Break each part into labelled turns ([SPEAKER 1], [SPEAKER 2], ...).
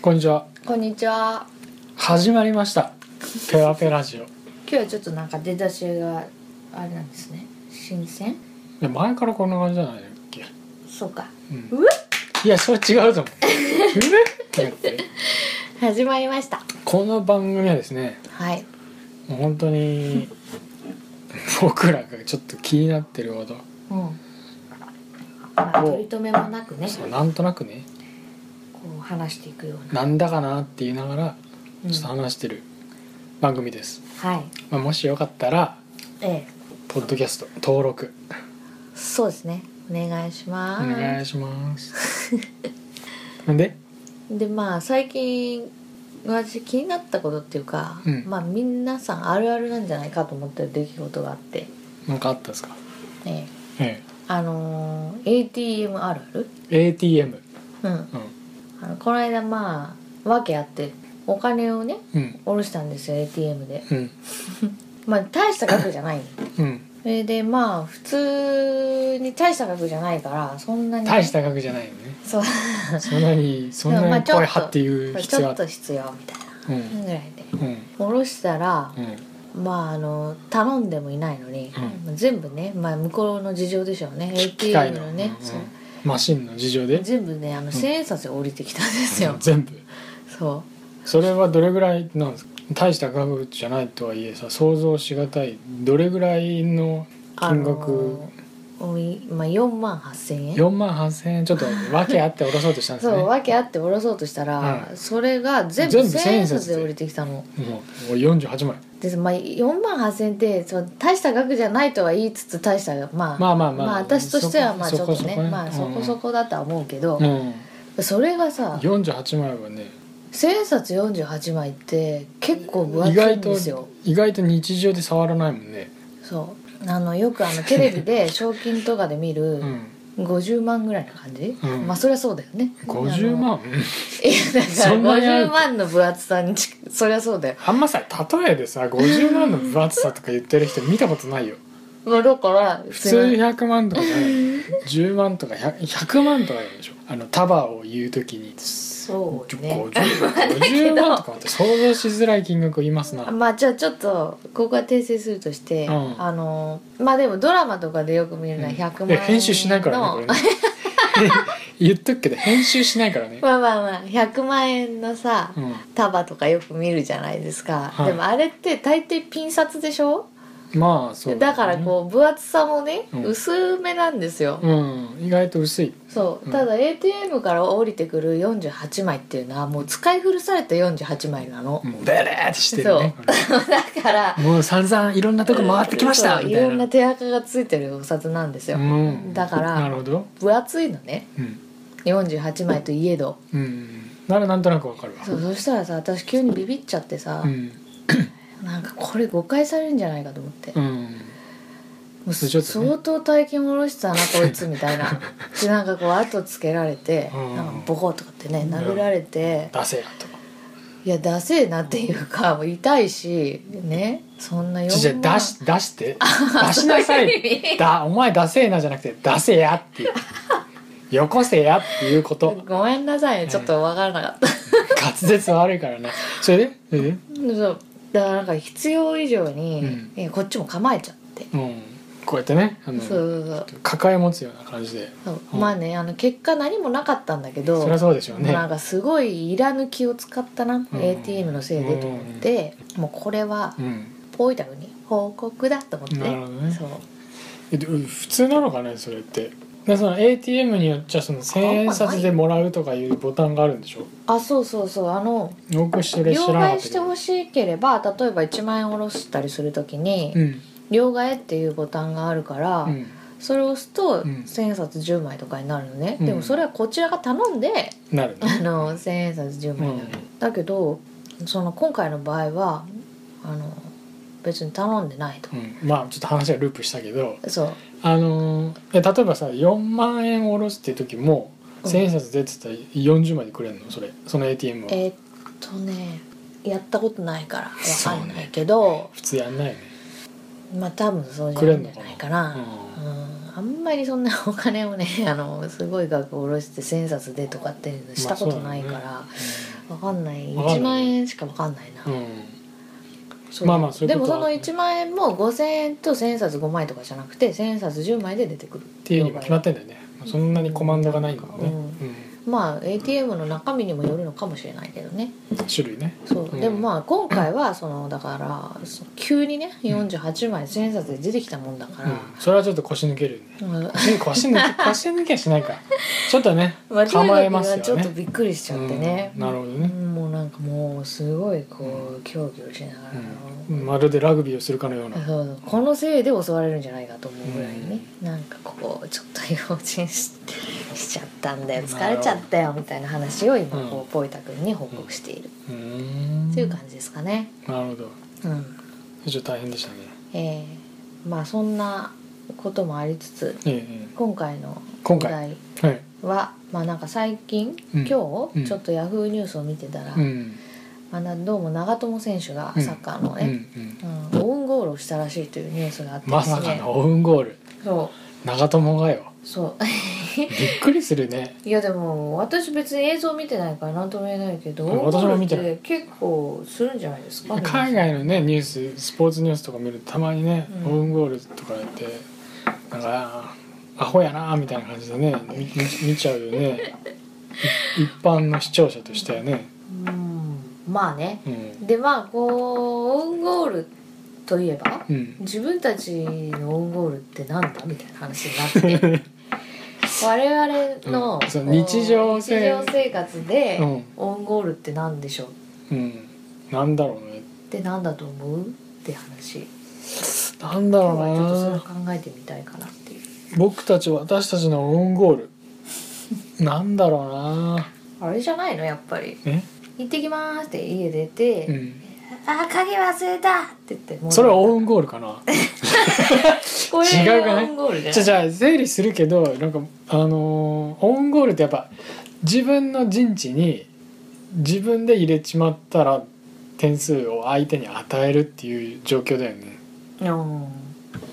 [SPEAKER 1] こんにちは
[SPEAKER 2] こんにちは
[SPEAKER 1] 始まりましたペラペラジオ
[SPEAKER 2] 今日はちょっとなんか出だしがあれなんですね新鮮
[SPEAKER 1] で前からこんな感じじゃないっけ、
[SPEAKER 2] そうか
[SPEAKER 1] うん、
[SPEAKER 2] うわ
[SPEAKER 1] いやそれ違うと思ううえっって言って
[SPEAKER 2] 始まりました
[SPEAKER 1] この番組はですね
[SPEAKER 2] はい
[SPEAKER 1] もう本当に僕らがちょっと気になってること
[SPEAKER 2] うんまあ
[SPEAKER 1] お
[SPEAKER 2] 取り留めもなくね
[SPEAKER 1] そうなんとなくね
[SPEAKER 2] こう話していくような、
[SPEAKER 1] なんだかなって言いながら
[SPEAKER 2] うん
[SPEAKER 1] ちょっと話してる番組です、
[SPEAKER 2] はい
[SPEAKER 1] まあ、もしよかったら
[SPEAKER 2] ええ
[SPEAKER 1] ポッドキャスト登録
[SPEAKER 2] そうですねお願いし
[SPEAKER 1] お
[SPEAKER 2] ます
[SPEAKER 1] 願いしますで
[SPEAKER 2] でまあ最近私気になったことっていうか、
[SPEAKER 1] うん
[SPEAKER 2] まあ皆さんあるあるなんじゃないかと思ってる出来事があって、
[SPEAKER 1] 何かあったですか
[SPEAKER 2] ええ、
[SPEAKER 1] え
[SPEAKER 2] あのー ATM あるある
[SPEAKER 1] え ATM
[SPEAKER 2] うん
[SPEAKER 1] う
[SPEAKER 2] あのこの間まあ訳あってお金をね
[SPEAKER 1] んうん
[SPEAKER 2] 下ろしたんですよ ATM で
[SPEAKER 1] うん
[SPEAKER 2] まあ大した額じ ゃないの
[SPEAKER 1] うん
[SPEAKER 2] それでまあ普通に大した額じゃないからそんなにね、
[SPEAKER 1] 大した額じゃないよね
[SPEAKER 2] そう
[SPEAKER 1] そんなに そん
[SPEAKER 2] でも
[SPEAKER 1] な
[SPEAKER 2] ま
[SPEAKER 1] に
[SPEAKER 2] あちょっと
[SPEAKER 1] ぽいはっていう
[SPEAKER 2] ち
[SPEAKER 1] 必要
[SPEAKER 2] ょ
[SPEAKER 1] は
[SPEAKER 2] っと必要みたい
[SPEAKER 1] うん
[SPEAKER 2] なぐらいで
[SPEAKER 1] うん
[SPEAKER 2] 下ろしたら
[SPEAKER 1] うん
[SPEAKER 2] まああの頼んでもいないのに、全部ね、まあ、向こうの事情でしょうね
[SPEAKER 1] 機械
[SPEAKER 2] ATM
[SPEAKER 1] の
[SPEAKER 2] の
[SPEAKER 1] う
[SPEAKER 2] ね
[SPEAKER 1] ん、
[SPEAKER 2] そう
[SPEAKER 1] マシンの事情で
[SPEAKER 2] 全部ねあの千円札が降りてきたんですよ、
[SPEAKER 1] 全部
[SPEAKER 2] そう
[SPEAKER 1] それはどれぐらいなんですか大した額じゃないとはいえさ想像しがたいどれぐらいの金額
[SPEAKER 2] あのおいまあ、4万8,000円
[SPEAKER 1] 4万8,000円ちょっと訳あって下ろそうとしたんです
[SPEAKER 2] そ
[SPEAKER 1] ね
[SPEAKER 2] う訳あって下ろそうとしたら、
[SPEAKER 1] うん
[SPEAKER 2] それが全部
[SPEAKER 1] 全部
[SPEAKER 2] 1,000円
[SPEAKER 1] 1000
[SPEAKER 2] 札
[SPEAKER 1] 円
[SPEAKER 2] で
[SPEAKER 1] 札
[SPEAKER 2] 降りてきたの
[SPEAKER 1] もうもう48枚
[SPEAKER 2] で、まあ、4万8,000円ってそう大した額じゃないとは言いつつ大したまあ、ま
[SPEAKER 1] ま
[SPEAKER 2] あ
[SPEAKER 1] あまあまあ
[SPEAKER 2] 私としてはまあちょっとねまあ、そこそ
[SPEAKER 1] こ
[SPEAKER 2] こだとは思うけど
[SPEAKER 1] う、ん、うん、
[SPEAKER 2] それがさ
[SPEAKER 1] 48枚はね
[SPEAKER 2] 1,000円札48枚って結構分
[SPEAKER 1] 意
[SPEAKER 2] 厚い
[SPEAKER 1] 外
[SPEAKER 2] ん
[SPEAKER 1] と
[SPEAKER 2] ですよ
[SPEAKER 1] 意外と日常で触らないもんね
[SPEAKER 2] そうあのよくあのテレビで賞金とかで見 る
[SPEAKER 1] うん
[SPEAKER 2] 50万ぐらいな感じ、
[SPEAKER 1] うん
[SPEAKER 2] まあそりゃそうだよね
[SPEAKER 1] 50
[SPEAKER 2] あの
[SPEAKER 1] 万
[SPEAKER 2] いやだから
[SPEAKER 1] そんなにある
[SPEAKER 2] 50万の分厚さにちそりゃそうだよ
[SPEAKER 1] あんまさ例えでさ50万の分厚さとか言ってる人見たことないよ
[SPEAKER 2] まあだから
[SPEAKER 1] 普
[SPEAKER 2] 普
[SPEAKER 1] 通100万とかじゃない10万 とか 100, 100万とかでしょあの束を言う時に
[SPEAKER 2] そうね
[SPEAKER 1] 50, 50万とかって想像しづらい金額を言いますな
[SPEAKER 2] まあじゃあちょっとここは訂正するとして、
[SPEAKER 1] うん
[SPEAKER 2] あのまあでもドラマとかでよく見るのは100万
[SPEAKER 1] い
[SPEAKER 2] 円
[SPEAKER 1] や
[SPEAKER 2] の、
[SPEAKER 1] 編集しないからねこれね 言っとくけど編集しないからね、
[SPEAKER 2] まあまあまあ100万円のさ、
[SPEAKER 1] うん、
[SPEAKER 2] 束とかよく見るじゃないですか、
[SPEAKER 1] はい
[SPEAKER 2] でもあれって大抵ピン札でしょ
[SPEAKER 1] まあそう
[SPEAKER 2] だ,、からこう分厚さもね、
[SPEAKER 1] うん
[SPEAKER 2] 薄めなんですよ、
[SPEAKER 1] う、うん、意外と薄い
[SPEAKER 2] そう
[SPEAKER 1] うん
[SPEAKER 2] ただ ATM から降りてくる48枚っていうのはもう使い古された48枚なの、
[SPEAKER 1] もうベレーってしてるね
[SPEAKER 2] だから
[SPEAKER 1] もう散々いろんなとこ回ってきました
[SPEAKER 2] そう
[SPEAKER 1] み
[SPEAKER 2] い
[SPEAKER 1] たい
[SPEAKER 2] ろ
[SPEAKER 1] なん
[SPEAKER 2] な手垢がついてるお札なんですよ、
[SPEAKER 1] うん、
[SPEAKER 2] だから
[SPEAKER 1] なるほど
[SPEAKER 2] 分厚いのね
[SPEAKER 1] うん、
[SPEAKER 2] 48枚といえど
[SPEAKER 1] うん、ならなんとなくわかるわ
[SPEAKER 2] そうそしたらさ私急にビビっちゃってさ、
[SPEAKER 1] うん
[SPEAKER 2] なんかこれ誤解されるんじゃないかと思って、
[SPEAKER 1] う
[SPEAKER 2] も
[SPEAKER 1] ん
[SPEAKER 2] う
[SPEAKER 1] それちょっとね
[SPEAKER 2] 相当大金下ろしてたなこいつみたいなでなんかこう後つけられて、
[SPEAKER 1] うん
[SPEAKER 2] なんかボコッとかってね殴られて、
[SPEAKER 1] 出せやと
[SPEAKER 2] いやダセえなっていうかも う痛いしねそんな4
[SPEAKER 1] じゃあ出し出して出しなさ
[SPEAKER 2] そういう意
[SPEAKER 1] いだお前出せえなじゃなくて出せやっていうよこせやっていう こと
[SPEAKER 2] ごめんなさいねちょっと分からなかった
[SPEAKER 1] 滑舌悪いからねそれでそれで
[SPEAKER 2] そうだからなんか必要以上に、
[SPEAKER 1] うん
[SPEAKER 2] えこっちも構えちゃって、
[SPEAKER 1] うんこうやってねあの
[SPEAKER 2] そうそう
[SPEAKER 1] 抱え持つような感じで
[SPEAKER 2] そう、
[SPEAKER 1] うん
[SPEAKER 2] まあねあの結果何もなかったんだけど
[SPEAKER 1] そりゃそうでしょうね
[SPEAKER 2] なんかすごいイラ抜きを使ったな、
[SPEAKER 1] うん
[SPEAKER 2] ATM のせいでと思って、もうこれは
[SPEAKER 1] うん
[SPEAKER 2] ポイタクに報告だと思って、
[SPEAKER 1] なるほどね
[SPEAKER 2] そう
[SPEAKER 1] えで普通なのかねそれってでその ATM によっちゃその千円札でもらうとかいうボタンがあるんでしょ
[SPEAKER 2] あそうそうそうあの
[SPEAKER 1] 僕それ知
[SPEAKER 2] 両
[SPEAKER 1] らなかっ
[SPEAKER 2] 替
[SPEAKER 1] た
[SPEAKER 2] し
[SPEAKER 1] け
[SPEAKER 2] て
[SPEAKER 1] ど
[SPEAKER 2] ほしければ例えば1万円下ろしたりするときに、
[SPEAKER 1] うん
[SPEAKER 2] 両替っていうボタンがあるから、
[SPEAKER 1] うん
[SPEAKER 2] それを押すと、
[SPEAKER 1] うん
[SPEAKER 2] 千円札10枚とかになるのね、
[SPEAKER 1] うん
[SPEAKER 2] でもそれはこちらが頼んで
[SPEAKER 1] なるね
[SPEAKER 2] あの千円札10枚なの、
[SPEAKER 1] うん
[SPEAKER 2] だけどその今回の場合はあの別に頼んでないと、
[SPEAKER 1] うん、まあちょっと話がループしたけど
[SPEAKER 2] そう
[SPEAKER 1] あのーえ例えばさ4万円下ろすっていう時も
[SPEAKER 2] うん
[SPEAKER 1] 千円札出てたら40までくれるのそれその ATM は
[SPEAKER 2] えーっとねやったことないからわ
[SPEAKER 1] そうね
[SPEAKER 2] かんないけど、
[SPEAKER 1] 普通やんないよね
[SPEAKER 2] まあ多分そうじゃないんじゃないかなうん、あんまりそんなお 金をねあのすごい額下ろして千円札でとかっていうのしたことないから、
[SPEAKER 1] まあそうだね
[SPEAKER 2] わかんない
[SPEAKER 1] わかんない
[SPEAKER 2] 1万円しかわかんないな、
[SPEAKER 1] うん
[SPEAKER 2] そう
[SPEAKER 1] まあまあそういう
[SPEAKER 2] で
[SPEAKER 1] こ
[SPEAKER 2] も
[SPEAKER 1] と
[SPEAKER 2] そ
[SPEAKER 1] は
[SPEAKER 2] の1万円も5,000円と1,000円札5枚とかじゃなくて1,000円札10枚で出てくるっ
[SPEAKER 1] っていうにも決まってんだよねそんなにコマンドがないからね、
[SPEAKER 2] まあ ATM の中身にもよるのかもしれないけどね
[SPEAKER 1] うん種類ね
[SPEAKER 2] そう、
[SPEAKER 1] うん
[SPEAKER 2] でもまあ今回はそのだからその急にね48枚1,000円札で出てきたもんだか
[SPEAKER 1] う
[SPEAKER 2] ら、
[SPEAKER 1] ん、それはちょっと腰抜けるよ ね
[SPEAKER 2] う
[SPEAKER 1] 腰
[SPEAKER 2] ん
[SPEAKER 1] 腰抜け腰抜けはしないかちょっと ね
[SPEAKER 2] 間
[SPEAKER 1] 構
[SPEAKER 2] 違
[SPEAKER 1] え
[SPEAKER 2] いな
[SPEAKER 1] ま
[SPEAKER 2] く
[SPEAKER 1] す
[SPEAKER 2] はち
[SPEAKER 1] よ
[SPEAKER 2] ょっと
[SPEAKER 1] ね
[SPEAKER 2] びっくりしちゃってね、
[SPEAKER 1] うんなるほどね
[SPEAKER 2] うんもうなんかもうすごいこう協議をしながら、
[SPEAKER 1] うんまるでラグビーをするかのような
[SPEAKER 2] そうそうこのせいで襲われるんじゃないかと思うぐらいね、なんかこうちょっと用心ししちゃったんだよ疲れちゃったよみたいな話を今こう、
[SPEAKER 1] うん
[SPEAKER 2] ポイタ君に報告している
[SPEAKER 1] うーん
[SPEAKER 2] っていう感じですかね。
[SPEAKER 1] なるほど
[SPEAKER 2] うん
[SPEAKER 1] ちょっと大変でしたね
[SPEAKER 2] えーまあそんなこともありつつ
[SPEAKER 1] ええ
[SPEAKER 2] 今回の
[SPEAKER 1] 今
[SPEAKER 2] お
[SPEAKER 1] 回
[SPEAKER 2] 題
[SPEAKER 1] ええはい
[SPEAKER 2] はまあなんか最近、
[SPEAKER 1] うん
[SPEAKER 2] 今
[SPEAKER 1] うん
[SPEAKER 2] 日ちょっとヤフーニュースを見てたら、
[SPEAKER 1] うん
[SPEAKER 2] まあな、どうも長友選手が
[SPEAKER 1] うん
[SPEAKER 2] サッカーの
[SPEAKER 1] うんう
[SPEAKER 2] ね、
[SPEAKER 1] ん
[SPEAKER 2] うんオウンゴールをしたらしいというニュースがあってで
[SPEAKER 1] ますさ
[SPEAKER 2] ね
[SPEAKER 1] かのオウンゴール
[SPEAKER 2] そ
[SPEAKER 1] 長友がよ
[SPEAKER 2] うそう
[SPEAKER 1] びっくりする ね
[SPEAKER 2] いやでも私別に映像見てないから何とも言えないけど
[SPEAKER 1] うん私も見てない
[SPEAKER 2] ゴールって結構するんじゃないですか
[SPEAKER 1] 海外のねニューススポーツニュースとか見るとたまにね、
[SPEAKER 2] うん
[SPEAKER 1] オウンゴールとかやってなんかアホやなみたいな感じでねみみ見ちゃうよねい一般の視聴者としてはね、
[SPEAKER 2] うんまあね
[SPEAKER 1] うん
[SPEAKER 2] でまあこうオウンゴールといえば
[SPEAKER 1] うん、
[SPEAKER 2] 自分たちのオウンゴールってなんだみたいな話になって 我々の,こ
[SPEAKER 1] うん
[SPEAKER 2] う、
[SPEAKER 1] そう日常
[SPEAKER 2] 日
[SPEAKER 1] 生
[SPEAKER 2] 常生活で、
[SPEAKER 1] うん
[SPEAKER 2] オウンゴールってなんでしょうっ
[SPEAKER 1] うん、なんだろうね
[SPEAKER 2] てなんだと思うって話
[SPEAKER 1] なんだろ
[SPEAKER 2] 今日はちょっとそうれを
[SPEAKER 1] な
[SPEAKER 2] 考えてみたいかなっていう
[SPEAKER 1] 僕たち私たちのオウンゴールなんだろうな
[SPEAKER 2] あれじゃないのやっぱり
[SPEAKER 1] え、
[SPEAKER 2] 行ってきまーすって家出て、
[SPEAKER 1] うん、
[SPEAKER 2] あー鍵忘れたって言ってもう
[SPEAKER 1] それはオウンゴールかな
[SPEAKER 2] これ
[SPEAKER 1] 違うかね
[SPEAKER 2] オウンゴールじゃ
[SPEAKER 1] じ
[SPEAKER 2] な
[SPEAKER 1] ゃじゃ
[SPEAKER 2] い
[SPEAKER 1] あ整理するけどなんかあのーオウンゴールってやっぱ自分の陣地に自分で入れちまったら点数を相手に与えるっていう状況だよね。
[SPEAKER 2] うん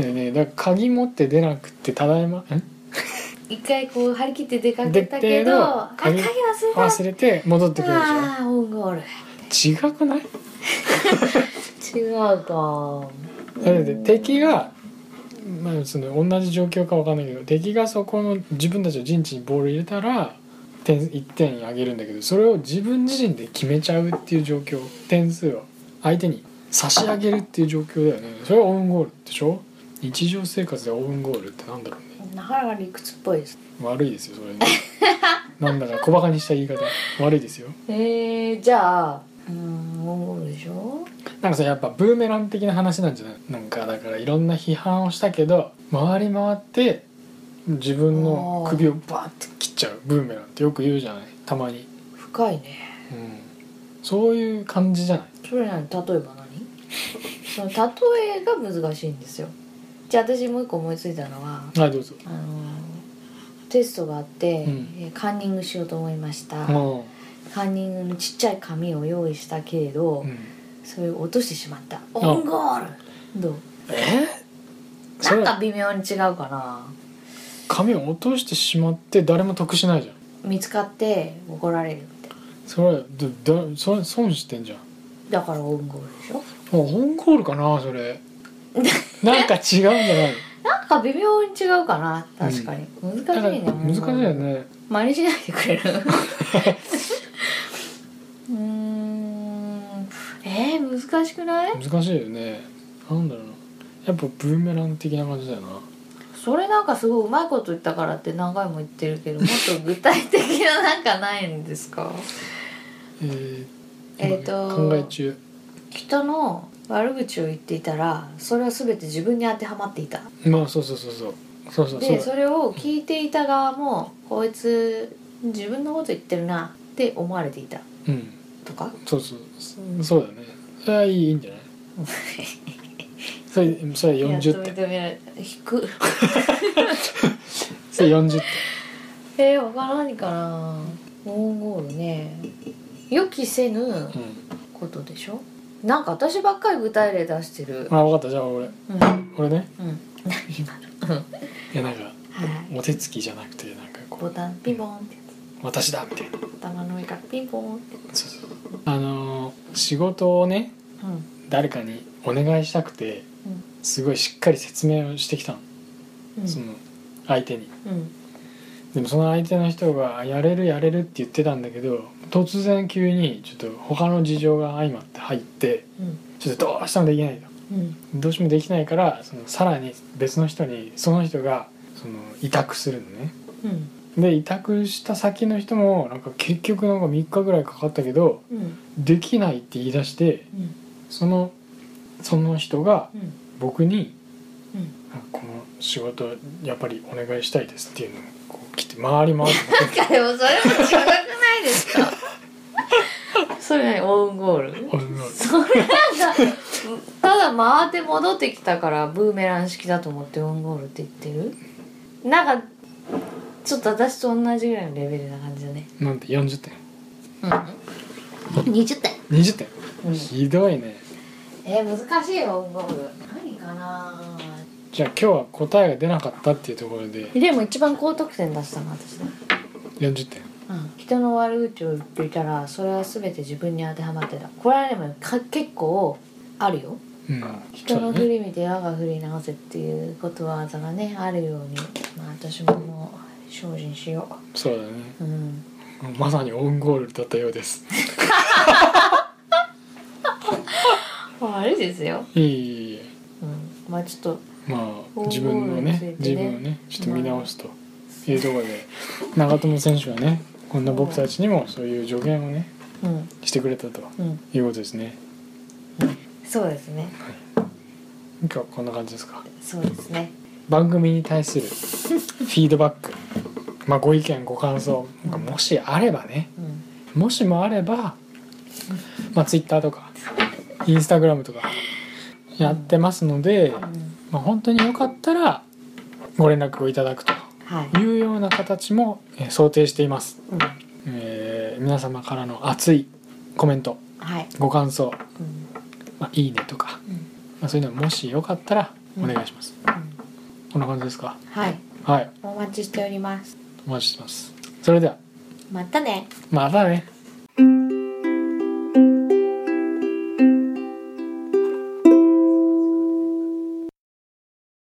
[SPEAKER 1] だよねだから鍵持って出なくてただいまん
[SPEAKER 2] 一回こう張り切って出かけたけ
[SPEAKER 1] 出て
[SPEAKER 2] ど
[SPEAKER 1] の
[SPEAKER 2] あ鍵
[SPEAKER 1] 鍵
[SPEAKER 2] 忘
[SPEAKER 1] 忘
[SPEAKER 2] れ
[SPEAKER 1] れて戻ってくるで
[SPEAKER 2] たあーオウンゴール
[SPEAKER 1] しょ違くない
[SPEAKER 2] 違うか
[SPEAKER 1] だって敵が、まあ、その同じ状況か分かんないけど敵がそこの自分たちの陣地にボール入れたら点1点あげるんだけどそれを自分自身で決めちゃうっていう状況点数を相手に差し上げるっていう状況だよねそれはオウンゴールでしょ日常生活でオウンゴールってなんだろうね
[SPEAKER 2] なかなか理屈っぽいです
[SPEAKER 1] 悪いですよそれねなんだか小バカにした言い方悪いですよ
[SPEAKER 2] えー、じゃあうんオウンゴールでしょ
[SPEAKER 1] なんかさやっぱブーメラン的な話なんじゃないなんかだからいろんな批判をしたけど回り回って自分の首をバーって切っちゃうブーメランってよく言うじゃないたまに、
[SPEAKER 2] 深いね
[SPEAKER 1] うん、そういう感じじゃない
[SPEAKER 2] それなのに例えば何 その例えが難しいんですよじゃあ私もう一個思いついたのは
[SPEAKER 1] はいどうぞ
[SPEAKER 2] あのテストがあって、
[SPEAKER 1] うん
[SPEAKER 2] えーカンニングしようと思いました、
[SPEAKER 1] うん
[SPEAKER 2] カンニングのちっちゃい紙を用意したけれど、
[SPEAKER 1] うん
[SPEAKER 2] それを落としてしまったオンゴールどう
[SPEAKER 1] えそ
[SPEAKER 2] なん
[SPEAKER 1] れ
[SPEAKER 2] か微妙に違うかな
[SPEAKER 1] 髪を落としてしまって誰も得しないじゃん
[SPEAKER 2] 見つかって怒られるって
[SPEAKER 1] それだだそれ損してんじゃん
[SPEAKER 2] だからオウンゴールでしょ
[SPEAKER 1] もうオウンゴールかなそ れなんか違うんじゃない
[SPEAKER 2] なんか微妙に違うかな確かに、
[SPEAKER 1] だか
[SPEAKER 2] 難
[SPEAKER 1] ら
[SPEAKER 2] しいね
[SPEAKER 1] 難しいよね
[SPEAKER 2] 真似しないでくれる うーんえー、難しくない
[SPEAKER 1] 難しいよねなんだろうなやっぱブーメラン的な感じだよな
[SPEAKER 2] それなんかすごいうまいこと言ったからって何回も言ってるけどもっと具体的ななんかないんですか
[SPEAKER 1] えー
[SPEAKER 2] えーと
[SPEAKER 1] 考え中
[SPEAKER 2] 人の悪口を言っていたらそれは全て自分に当てはまっていた
[SPEAKER 1] まあそうそうそうそうそうそう
[SPEAKER 2] で
[SPEAKER 1] そう
[SPEAKER 2] それを聞いていた側もこいつ自分のこと言ってるなって思われていた
[SPEAKER 1] うん
[SPEAKER 2] とか
[SPEAKER 1] そうそうそそうだねそれはいいいいんじゃ ないそれそれ
[SPEAKER 2] やっと
[SPEAKER 1] 40点
[SPEAKER 2] 認められた引く
[SPEAKER 1] それ40点
[SPEAKER 2] えー、他何かなオウンゴールね予期せぬ
[SPEAKER 1] うん
[SPEAKER 2] ことでしょなんか私ばっかり具体例出してる
[SPEAKER 1] あ分かったじゃあ俺
[SPEAKER 2] うん
[SPEAKER 1] 俺ね
[SPEAKER 2] うん何今のう
[SPEAKER 1] い
[SPEAKER 2] ん
[SPEAKER 1] やなんか
[SPEAKER 2] はい
[SPEAKER 1] お手つきじゃなくてなんかこ
[SPEAKER 2] ボタンピボンってや
[SPEAKER 1] 私だみたいな
[SPEAKER 2] 頭の上からピンポンって
[SPEAKER 1] そうそうあのー仕事をね
[SPEAKER 2] うん
[SPEAKER 1] 誰かにお願いしたくてすごいしっかり説明をしてきたの、
[SPEAKER 2] うんうん
[SPEAKER 1] その相手に
[SPEAKER 2] うん
[SPEAKER 1] でもその相手の人が「やれるやれる」って言ってたんだけど突然急にちょっと他の事情が相まって入って
[SPEAKER 2] うん
[SPEAKER 1] ちょっとどうしてもできないと
[SPEAKER 2] うん
[SPEAKER 1] どうしてもできないからそのさらに別の人にその人がその委託するのね
[SPEAKER 2] うん
[SPEAKER 1] で委託した先の人もなんか結局なんか3日ぐらいかかったけど
[SPEAKER 2] うん
[SPEAKER 1] できないって言い出して
[SPEAKER 2] うん
[SPEAKER 1] そのその人が
[SPEAKER 2] うん
[SPEAKER 1] 僕に
[SPEAKER 2] うん
[SPEAKER 1] 「なんかこの仕事やっぱりお願いしたいです」っていうのがこう来て回り回って
[SPEAKER 2] いやでもそれも違くないですかそれ何オウンゴール
[SPEAKER 1] 俺が
[SPEAKER 2] それなんか ただ回って戻ってきたからブーメラン式だと思ってオウンゴールって言ってるなんかちょっと私と同じぐらいのレベルな感じだね
[SPEAKER 1] なんて40点
[SPEAKER 2] うん20点、
[SPEAKER 1] 20点
[SPEAKER 2] うん、
[SPEAKER 1] ひどいね
[SPEAKER 2] えー難しいよオウンゴール何かな
[SPEAKER 1] じゃあ今日は答えが出なかったっていうところで
[SPEAKER 2] でも一番高得点出したの私ね
[SPEAKER 1] 40点
[SPEAKER 2] うん、人の悪口を言っていたらそれは全て自分に当てはまってたこれはでもか結構あるよ
[SPEAKER 1] うん
[SPEAKER 2] 人の
[SPEAKER 1] そうだ
[SPEAKER 2] 振
[SPEAKER 1] ね
[SPEAKER 2] り見て我が振り直せっていうことわざがねあるようにまあ私ももう精進しよ
[SPEAKER 1] そうだね
[SPEAKER 2] ううん
[SPEAKER 1] まさにオウンゴールだったようです
[SPEAKER 2] 悪いですよ、
[SPEAKER 1] いえいえいえ
[SPEAKER 2] うん、まあちょっと
[SPEAKER 1] まあ
[SPEAKER 2] オウンゴール
[SPEAKER 1] 自分の
[SPEAKER 2] について
[SPEAKER 1] ね
[SPEAKER 2] ね
[SPEAKER 1] 自分をねちょっと見直すというところで長友選手はねこんな僕たちにもそういう助言をね
[SPEAKER 2] うん
[SPEAKER 1] してくれたと
[SPEAKER 2] うん
[SPEAKER 1] いうことですね
[SPEAKER 2] そうですね
[SPEAKER 1] 今日はこんな感じですか
[SPEAKER 2] そうですね
[SPEAKER 1] 番組に対するフィードバックまあご意見ご感想
[SPEAKER 2] うん
[SPEAKER 1] もしあればね
[SPEAKER 2] うん
[SPEAKER 1] もしもあればまあ Twitter とか Instagram とかやってますので、
[SPEAKER 2] うん
[SPEAKER 1] まあ、本当によかったらご連絡をいただくと
[SPEAKER 2] はい、
[SPEAKER 1] いうような形もえー想定しています、
[SPEAKER 2] うん、
[SPEAKER 1] えー皆様からの熱いコメント
[SPEAKER 2] はい、
[SPEAKER 1] ご感想、
[SPEAKER 2] うん
[SPEAKER 1] まあ、いいねとか、
[SPEAKER 2] うん
[SPEAKER 1] まあ、そういうのもしよかったらお願いします、
[SPEAKER 2] うん、
[SPEAKER 1] こんな感じですか
[SPEAKER 2] はい
[SPEAKER 1] はい
[SPEAKER 2] お待ちしております
[SPEAKER 1] お待ちしてますそれでは
[SPEAKER 2] またね
[SPEAKER 1] またね
[SPEAKER 3] 「